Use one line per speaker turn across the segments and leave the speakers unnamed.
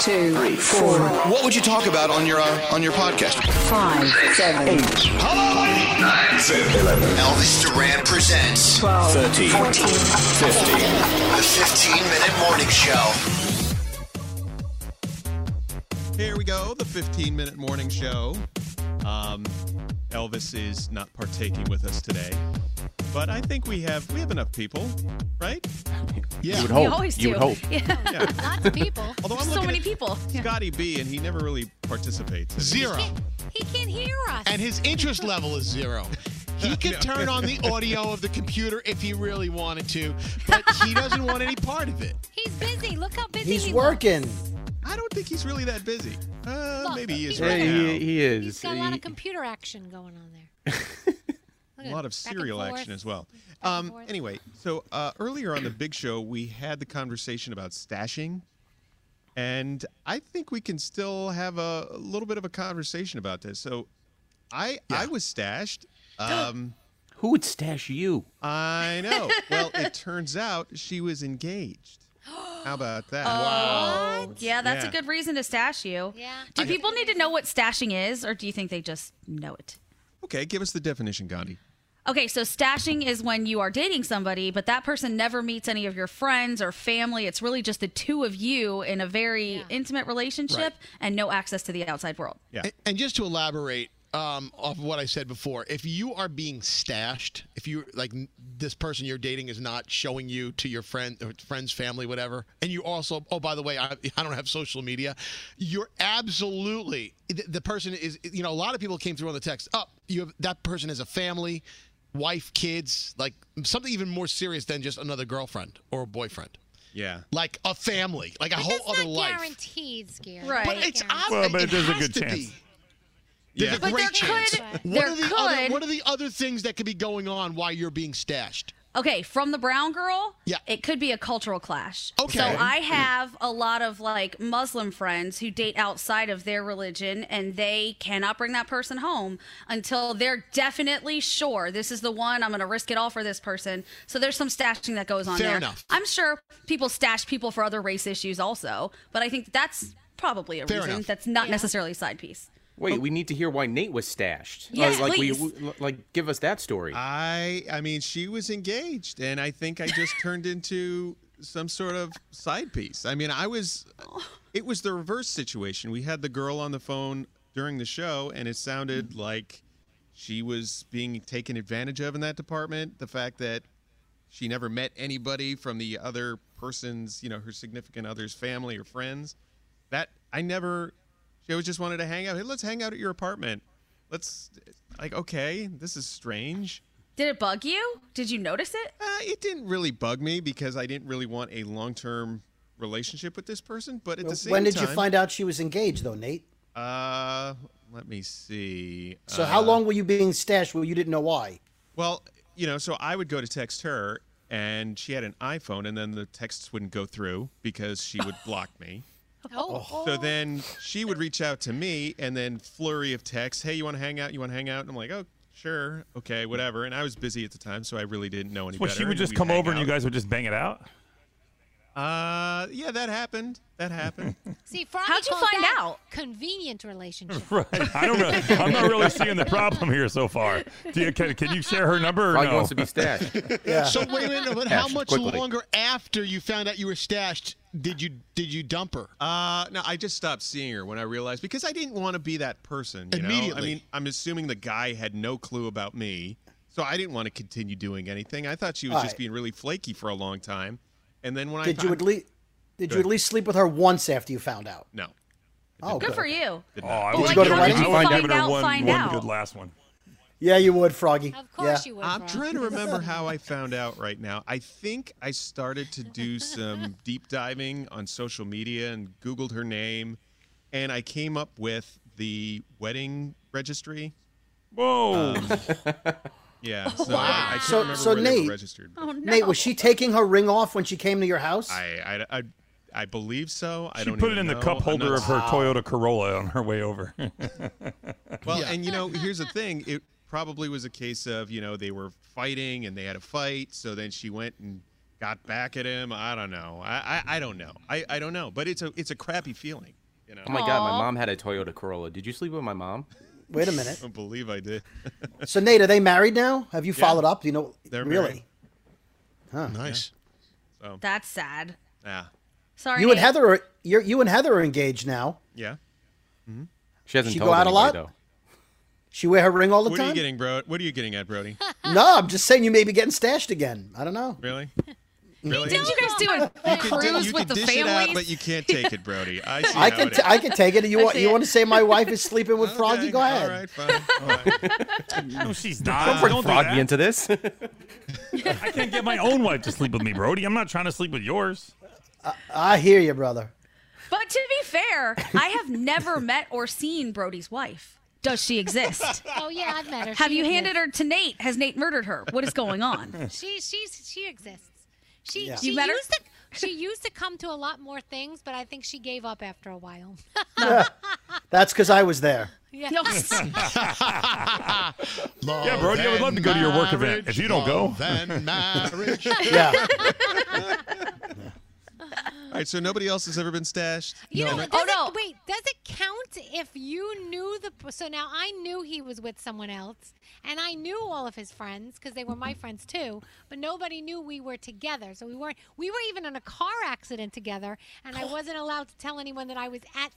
Two, three, four.
What would you talk about on your uh, on your podcast?
Five, seven, eight.
Hello, eight, nine, seven, eleven. Elvis Duran presents
12, 13, 14, 15.
The 15 minute morning show.
Here we go, the 15 minute morning show. Um, Elvis is not partaking with us today, but I think we have we have enough people, right?
Yeah, you would hope. You always do.
You would hope.
Yeah, yeah. lots of people.
Although I'm
so many people.
Scotty B, and he never really participates.
Zero.
He can't, he can't hear us.
And his interest level is zero. He could no. turn on the audio of the computer if he really wanted to, but he doesn't want any part of it.
He's busy. Look how busy
he's
he
working.
Looks.
I don't think he's really that busy. Uh, Look, maybe he is.
He,
right
he,
he, is.
He's got a lot of computer action going on there.
a lot of serial action as well. Um, anyway, so uh, earlier on the big show, we had the conversation about stashing. And I think we can still have a, a little bit of a conversation about this. So I yeah. I was stashed. Um,
Who would stash you?
I know. well, it turns out she was engaged. How about that?
Oh,
wow. Yeah, that's yeah. a good reason to stash you.
Yeah.
Do people need to know what stashing is, or do you think they just know it?
Okay, give us the definition, Gandhi.
Okay, so stashing is when you are dating somebody, but that person never meets any of your friends or family. It's really just the two of you in a very yeah. intimate relationship right. and no access to the outside world.
Yeah.
And just to elaborate, um, off of what I said before, if you are being stashed, if you like this person you're dating is not showing you to your friend or friends, family, whatever, and you also, oh by the way, I, I don't have social media, you're absolutely the, the, person is. You know, a lot of people came through on the text. Up, oh, you have that person has a family, wife, kids, like something even more serious than just another girlfriend or a boyfriend.
Yeah.
Like a family, like a
But
whole
that's
other
not
life.
Guaranteed, Scary.
Right.
But it's obvious.
Well, but
it
there's a
has
good
to
chance.
be. There's a
But
great
there
chance.
could-
What
there
are the other
could-
what are the other things that could be going on while you're being stashed?
Okay, from the brown girl,
Yeah.
it could be a cultural clash.
Okay.
So I have a lot of like Muslim friends who date outside of their religion and they cannot bring that person home until they're definitely sure this is the one I'm going to risk it all for this person. So there's some stashing that goes on
Fair
there.
enough.
I'm sure people stash people for other race issues also, but I think that's probably a
Fair
reason
enough.
that's not necessarily a side piece.
Oh.
Wait, we need to hear why Nate was stashed.
Yes,
like, like
please.
We, we- like, give us that story.
I I mean, she was engaged, and I think I just turned into some sort of side piece. I mean, I was. It was the reverse situation. We had the girl on the phone during the show, and it sounded like she was being taken advantage of in that department. The fact that she never met anybody from the other person's, you know, her significant other's family or friends. That I never. She always just wanted to hang out. Hey, let's hang out at your apartment. Let's like okay, this is strange.
Did it bug you? Did you notice it?
Uh, it didn't really bug me because I didn't really want a long-term relationship with this person. But at the same
when did
time,
you find out she was engaged, though, Nate?
Uh, let me see.
So
uh,
how long were you being stashed where you didn't know why?
Well, you know, so I would go to text her, and she had an iPhone, and then the texts wouldn't go through because she would block me.
Oh.
So then she would reach out to me, and then flurry of texts. Hey, you want to hang out? You want to hang out? And I'm like, oh, sure, okay, whatever. And I was busy at the time, so I really didn't know any
Well,
better.
she would
and
just
we'd
come
hang
over and you
out.
guys would just bang it out.
Uh, yeah, that happened. That happened.
See, Froggy
How'd you
calls
find
that
out?
Convenient relationship.
right. I don't. Really, I'm not really seeing the problem here so far. Do you, can, can you share her number? Or
Probably
no?
wants to be stashed.
So wait a minute, but how
Stashed
much
quickly.
longer after you found out you were stashed did you did you dump her?
Uh, no, I just stopped seeing her when I realized because I didn't want to be that person. You Know? I
Immediately.
mean, I'm assuming the guy had no clue about me, so I didn't want to continue doing anything. I thought she was
All
just
right.
being really flaky for a long time, and then when I
Did
found-
you at least did
Go
you at
ahead.
least sleep with her once after you found out?
no.
Oh,
Good for you.
Did
Oh, I
Did
would
you go to the
I
wedding?
would
Find
give it
out,
her one,
find
one
out.
good last one.
Yeah, you would, Froggy. Of
course
yeah.
you
I'm trying to remember how I found out right now. I think I started to do some deep diving on social media and Googled her name, and I came up with the wedding registry. Um,
Whoa.
yeah. So I, I can't
So
remember
so
where they were
Nate, Oh,
registered.
Nate, was she taking her ring off when she came to your house?
I, I, I, I believe so. I
She
don't
put it
even
in
know.
the cup
I'm
holder
not
of her
s-
Toyota Corolla on her way over.
Well, and you know, here's the thing. It probably was a case of you know they were fighting and they had a fight, so then she went and got back at him. I don't know. I, I, I don't know. I, I don't know. But it's a it's a crappy feeling. You know.
Oh my god, my mom had a Toyota Corolla. Did you sleep with my mom?
Wait a minute.
I don't believe I did.
So Nate, are they married now? Have you followed up? Do you know
They're
really?
married.
Huh.
Nice.
So
That's sad.
yeah,
Sorry.
You and
Nate.
Heather, are, you're, you and Heather are engaged now.
yeah.
Mm-hmm. She hasn't
She
told
go out a
anybody,
lot?
though.
She wear her ring all the
What are you
time.
getting, bro? What are you getting at, Brody?
No, I'm just saying you may be getting stashed again. I don't know.
Really? Really?
Did you guys do a
You can do-
cruise
you
with
can
the
dish
families?
it out, but you can't take it, Brody. I see
I
how
can
it
t- I
is.
can take it. You want
see
you
it.
want to say my wife is sleeping with Froggy? Go ahead.
All right, fine. All right.
no, she's
Don't
not.
bring
Don't do
Froggy
that.
into this.
I can't get my own wife to sleep with me, Brody. I'm not trying to sleep with yours.
I hear you, brother.
But to be fair, I have never met or seen Brody's wife. Does she exist?
Oh yeah, I've met her.
Have
She
you handed
exists.
her to Nate? Has Nate murdered her? What is going on?
She she's she exists. She
Yeah.
she
You met her?
used to she used to come to a lot more things, but I think she gave up after a while.
That's because I was there.
yeah.
Oh,
yeah, Brody, I would love to go to your work event. If you don't go,
Then marriage.
yeah.
All right, so nobody else has ever been stashed?
You know, Oh,
No.
Oh,
does it, wait, does it count if you knew the? So now I knew he was with someone else, and I knew all of his friends because they were my friends too. But nobody knew we were together, so we weren't. We were even in a car accident together, and I wasn't allowed to tell anyone that I was at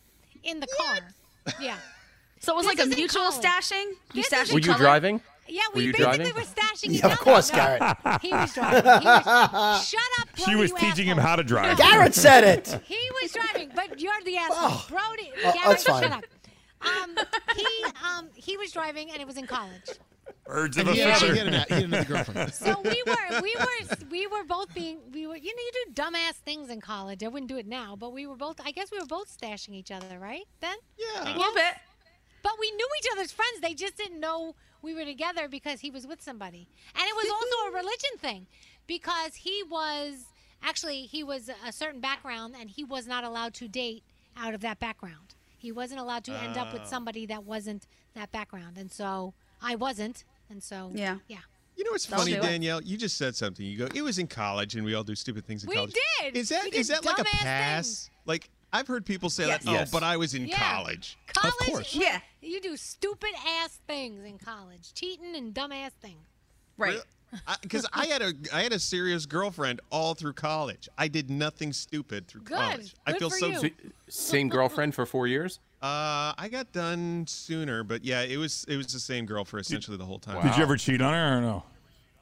in the car. Yeah.
So it was
This
like a
is in
mutual
college.
stashing. You
This is
stashed
in
Were you
color?
driving?
Yeah,
Were
we
you
basically
driving?
were stashing each
Yeah, of course,
other.
Garrett.
He was driving. He was, shut up,
she was teaching him how to drive.
Garrett said it.
He was driving, but you're the asshole.
Oh.
Brody,
Oh,
Gavin,
that's fine.
shut up. Um, he um, he was driving, and it was in college.
Birds
And
of a
he had-
feather.
he had an- he had another girlfriend.
So we were, we were, we were both being, we were, you know, you do dumbass things in college. I wouldn't do it now, but we were both. I guess we were both stashing each other, right? Then yeah,
A little bit.
But we knew each other's friends. They just didn't know we were together because he was with somebody, and it was also a religion thing, because he was actually he was a certain background, and he was not allowed to date out of that background. He wasn't allowed to end up with
Oh.
somebody that wasn't that background, and so I wasn't, and so
Yeah.
yeah.
You know what's
Don't
funny,
do it.
Danielle? You just said something. You go, it was in college, and we all do stupid things in
We
college.
did.
Is that
We
is
did
that like a
dumbass
pass?
things.
Like I've heard people say
Yes.
that.
Yes.
Oh, but I was in
Yeah.
college.
College,
Of course.
yeah. You do stupid ass things in college, cheating and dumb ass things.
Right.
Because I had a I had a serious girlfriend all through college. I did nothing stupid through
Good.
college. I
Good
feel
for
so.
you.
Same girlfriend for four years.
Uh, I got done sooner, but yeah, it was it was the same girl for essentially the whole time.
Did you ever cheat on her or no?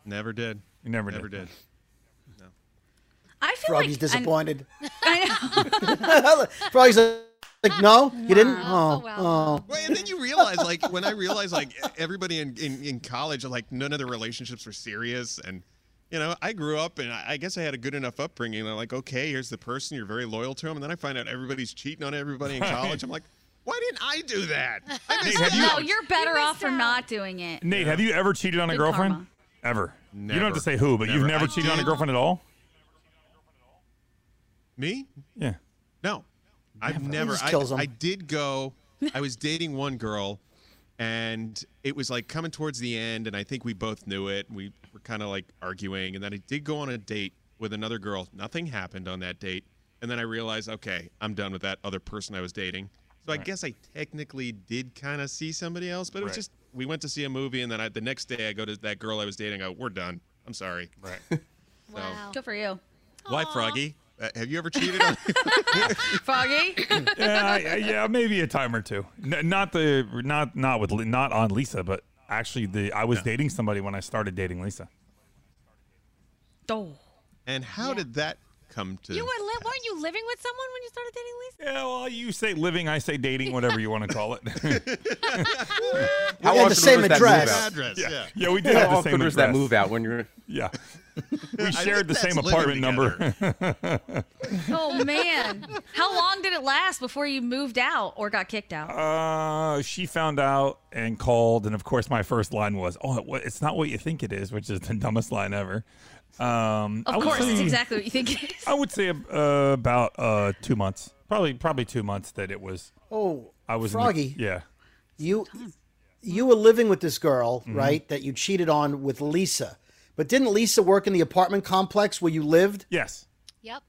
Never did.
You never,
Never
did.
did.
I feel
Froggy's
like an-
disappointed.
I
Froggy's like, no, you didn't. Oh, oh.
Well, and then you realize, like, when I realized, like, e-, everybody in, in, in college, like, none of their relationships were serious. And, you know, I grew up and I I guess I had a good enough upbringing. I'm like, okay, here's the person. You're very loyal to him. And then I find out everybody's cheating on everybody in college. I'm like, why didn't I do that? I missed
know.
out.
no, you're better off for not doing it.
Nate, have you ever cheated on a
Good
girlfriend?
karma.
Ever? You don't have
Never.
to say who, but you've
Never.
never
I
cheated on a
did.
girlfriend at all.
Me?
Yeah.
No. I've never.
just
I,
kills 'em.
I did go. I was dating one girl, and it was like coming towards the end, and I think we both knew it. We were kind of like arguing, and then I did go on a date with another girl. Nothing happened on that date, and then I realized, okay, I'm done with that other person I was dating. So I
Right.
guess I technically did kind of see somebody else, but it
Right.
was just we went to see a movie, and then I, the next day I go to that girl I was dating. I go, we're done. I'm sorry.
Right.
Wow.
Good for you,
Why, Froggy? Uh, have you ever cheated on?
Froggy.
yeah, I- I- Uh, yeah, maybe a time or two. N- not the not not with Li- not on Lisa, but actually the I was dating somebody when I started dating Lisa.
Oh.
and how did that come to?
You were li- weren't you living with someone when you started dating Lisa?
Yeah, well, you say living, I say dating, whatever you want to call it.
How the same
was that move
address.
out?
address.
yeah.
yeah.
yeah, we did
How
have the
awkward
same
was that
address.
move out when you're?
Yeah, we
think
shared the
that's
same
living
apartment number.
Oh man, how long did it last before you moved out or got kicked out?
Uh, she found out and called, and of course, my first line was, "Oh, it wa- it's not what you think it is," which is the dumbest line ever. Um, I
Of
would
course, it's
say-
exactly what you think it is.
I would say uh, about uh, two months, probably probably two months that it was.
Oh,
I was in the-
Froggy.
yeah,
you you were living with this girl,
Mm-hmm.
right? That you cheated on with Lisa. But didn't Lisa work in the apartment complex where you lived?
yes.
Yep.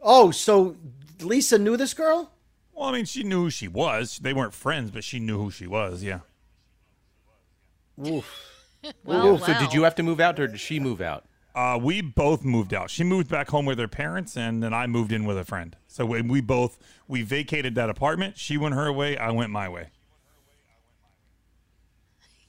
Oh, so Lisa knew this girl?
Well, I mean, she knew who she was. They weren't friends, but she knew who she was. Yeah.
Well,
So did you have to move out, or did she move out?
Uh, we both moved out. She moved back home with her parents, and then I moved in with a friend. So we, we both we vacated that apartment. She went her way. I went my way.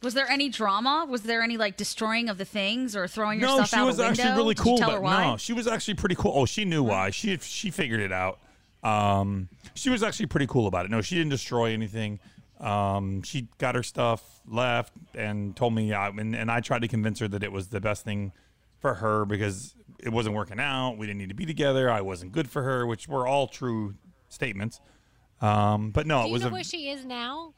Was there any drama? Was there any like destroying of the things or throwing
no,
yourself
she
out
was
a window?
actually really
Did
cool.
You tell
but
her why?
No, she was actually pretty cool. Oh, she knew why. She she figured it out. Um, she was actually pretty cool about it. No, she didn't destroy anything. Um, she got her stuff, left, and told me. Uh, and, and I tried to convince her that it was the best thing for her because it wasn't working out. We didn't need to be together. I wasn't good for her, which were all true statements. Um, but no,
Do
it
you
was
know
a.
where she is now?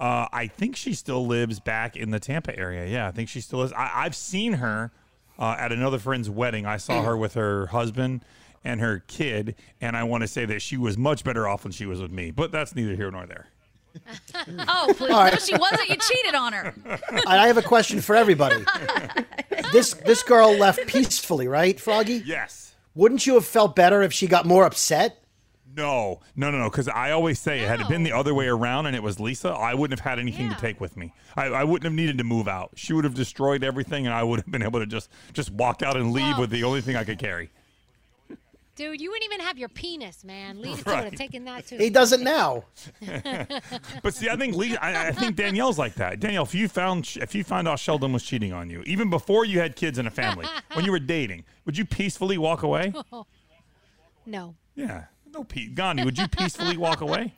Uh, I think she still lives back in the Tampa area. Yeah, I think she still is. I, I've seen her uh, at another friend's wedding. I saw her with her husband and her kid, and I want to say that she was much better off when she was with me. But that's neither here nor there.
Oh, please.
All right.
No, she wasn't. You cheated on her.
And I have a question for everybody. this this girl left peacefully, right, Froggy?
Yes.
Wouldn't you have felt better if she got more upset?
No, no, no, no. Because I always say, had it been the other way around and it was Lisa, I wouldn't have had anything to take with me. I, I wouldn't have needed to move out. She would have destroyed everything, and I would have been able to just just walk out and leave
Whoa.
with the only thing I could carry.
Dude, you wouldn't even have your penis, man. Lisa would
Right.
have taken that too.
He doesn't now.
But see, I think Lee, I, I think Danielle's like that. Danielle, if you found if you found out Sheldon was cheating on you, even before you had kids and a family, when you were dating, would you peacefully walk away?
No.
Yeah, no, Pete Gandhi, would you peacefully walk away?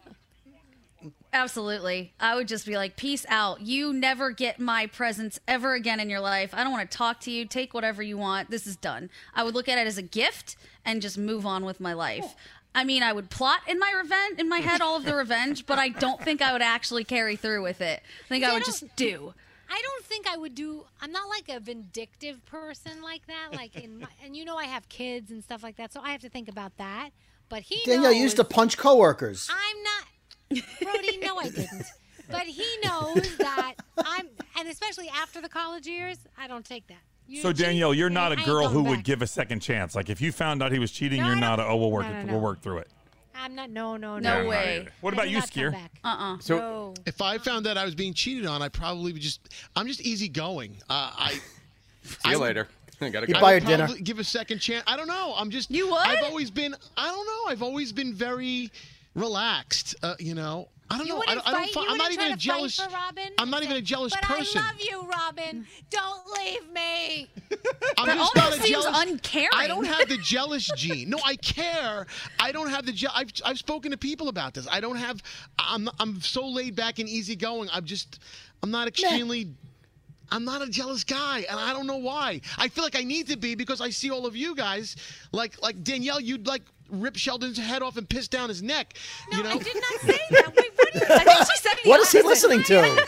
Absolutely. I would just be like, peace out. You never get my presence ever again in your life. I don't want to talk to you. Take whatever you want. This is done. I would look at it as a gift and just move on with my life. I mean, I would plot in my revenge in my head all of the revenge, but I don't think I would actually carry through with it. I think
See,
I
I
would
don't-
just do.
I don't think I would do. I'm not like a vindictive person like that. Like in my, and you know I have kids and stuff like that, so I have to think about that. But he
Danielle
knows,
used to punch coworkers.
I'm not. Brody, no, I didn't. But he knows that I'm, and especially after the college years, I don't take that. You
So
cheat,
Danielle, you're not a
I ain't
girl who
going
would
back.
give a second chance. Like if you found out he was cheating,
No,
you're
I
not. A, oh, we'll work.
no,
it,
no,
We'll
no.
work through it.
I'm not. No, no,
No
no.
way.
What
I
about
do
you,
not come
Skier?
back.
Uh-uh.
So
No.
if I found out I was being cheated on, I probably would just. I'm just easygoing. Uh, I.
See you later. I gotta
You
go.
buy
I
her
would
dinner.
probably Give a second chance. I don't know. I'm just.
You would?
I've always been. I don't know. I've always been very relaxed. Uh, you know. I don't
You
know. I
wouldn't
don't. I don't
fight-
fi-
you
I'm not
wouldn't try
even a
to fight
jealous.
for Robin?
I'm not even a jealous
But
person.
I love you, Robin. Don't leave me.
I'm
That
just
almost
not a
seems
jealous.
uncaring.
I don't have the jealous gene. No, I care. I don't have the. Je- I've I've spoken to people about this. I don't have. I'm I'm so laid back and easygoing. I'm just. I'm not extremely. I'm not a jealous guy, and I don't know why. I feel like I need to be because I see all of you guys, like like Danielle, you'd like rip Sheldon's head off and piss down his neck. you know,
I did not say that. Wait, what are you?
I think she said the
What is he
opposite.
listening to?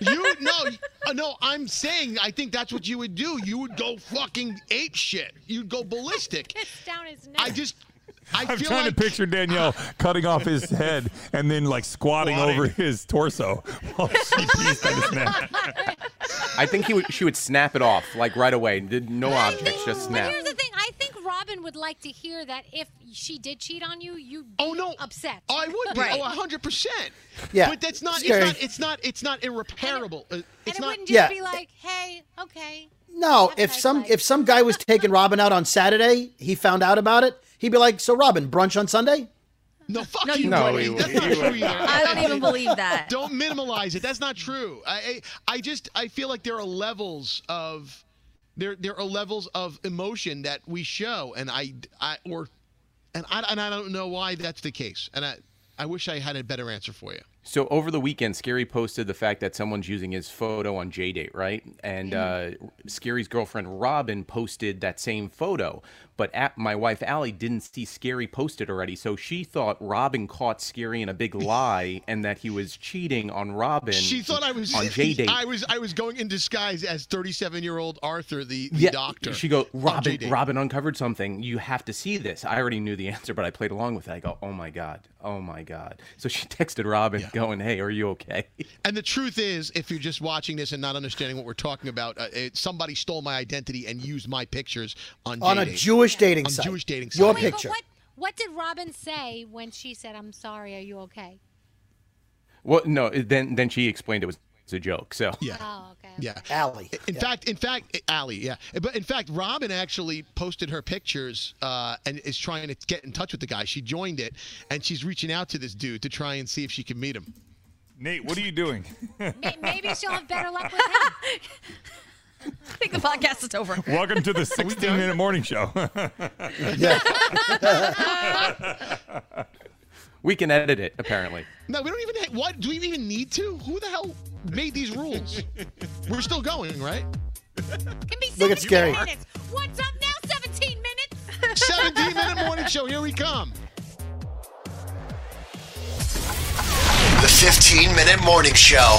you no uh, no. I'm saying I think that's what you would do. You would go fucking ape shit. You'd go ballistic.
It's down his neck.
I just. I
I'm
feel
trying
like
to picture Danielle cutting off his head and then like squatting
Squatting.
over his torso while she pees at his neck.
I think he would, she would snap it off like right away. Did no
I
objects,
think-
just
But
snap.
here's the thing. I think Robin would like to hear that if she did cheat on you, you'd be
Oh, no.
upset.
I would be.
Right.
Oh, 100%.
Yeah.
But that's not, it's
Scary.
not, it's not, it's not irreparable. Uh,
and
it's
it
not,
wouldn't just
Yeah.
be like, hey, okay.
No,
Have a
if
nice
some
life.
if some guy was taking Robin out on Saturday, he found out about it. He'd be like, "So Robin, brunch on Sunday?"
no, fuck you, Brady.
wouldn't. No, you
That's not
wouldn't.
true either.
I don't even believe that.
Don't minimalize it. That's not true. I, I, I just, I feel like there are levels of, there, there are levels of emotion that we show. And I, I, or, and I, and I don't know why that's the case. And I, I wish I had a better answer for you.
So over the weekend, Scary posted the fact that someone's using his photo on JDate, right? And uh,
Mm-hmm.
Scary's girlfriend Robin posted that same photo, but at, my wife Allie didn't see Scary posted already, so she thought Robin caught Scary in a big lie and that he was cheating on Robin.
She thought I was
on JDate.
I was I was going in disguise as 37 year old Arthur, the, the doctor.
She go,
on
Robin,
JDate.
Robin uncovered something. You have to see this. I already knew the answer, but I played along with it. I go, oh my God, oh my God. So she texted Robin, going, hey, are you okay?
And the truth is, if you're just watching this and not understanding what we're talking about, uh, it, somebody stole my identity and used my pictures on
On a
JDate.
Jewish dating
On
site.
Jewish dating site.
Your
Wait,
picture.
But what, what did Robin say when she said, I'm sorry, are you okay?
Well, no, then then she explained it was a joke. So
Yeah.
Oh, okay.
Yeah.
Allie.
In fact, in fact, Allie, yeah. But in fact, Robin actually posted her pictures uh, and is trying to get in touch with the guy. She joined it, and she's reaching out to this dude to try and see if she can meet him.
Nate, what are you doing?
May- Maybe she'll have better luck with him.
I think the podcast is over.
Welcome to the 16 minute morning show.
Yeah.
we can edit it apparently.
No, we don't even. Ha- what do we even need to? Who the hell made these rules? We're still going, right?
Can be 17
Look at Scary.
minutes. What's up now? 17 minutes?
17 minute morning show. Here we come.
The 15 minute morning show.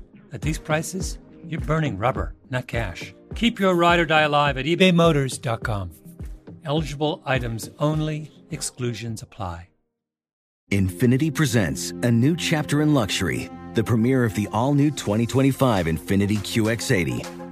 at these prices, you're burning rubber, not cash. Keep your ride or die alive at ebaymotors.com. Eligible items only, exclusions apply.
Infinity presents a new chapter in luxury, the premiere of the all new 2025 Infinity QX80,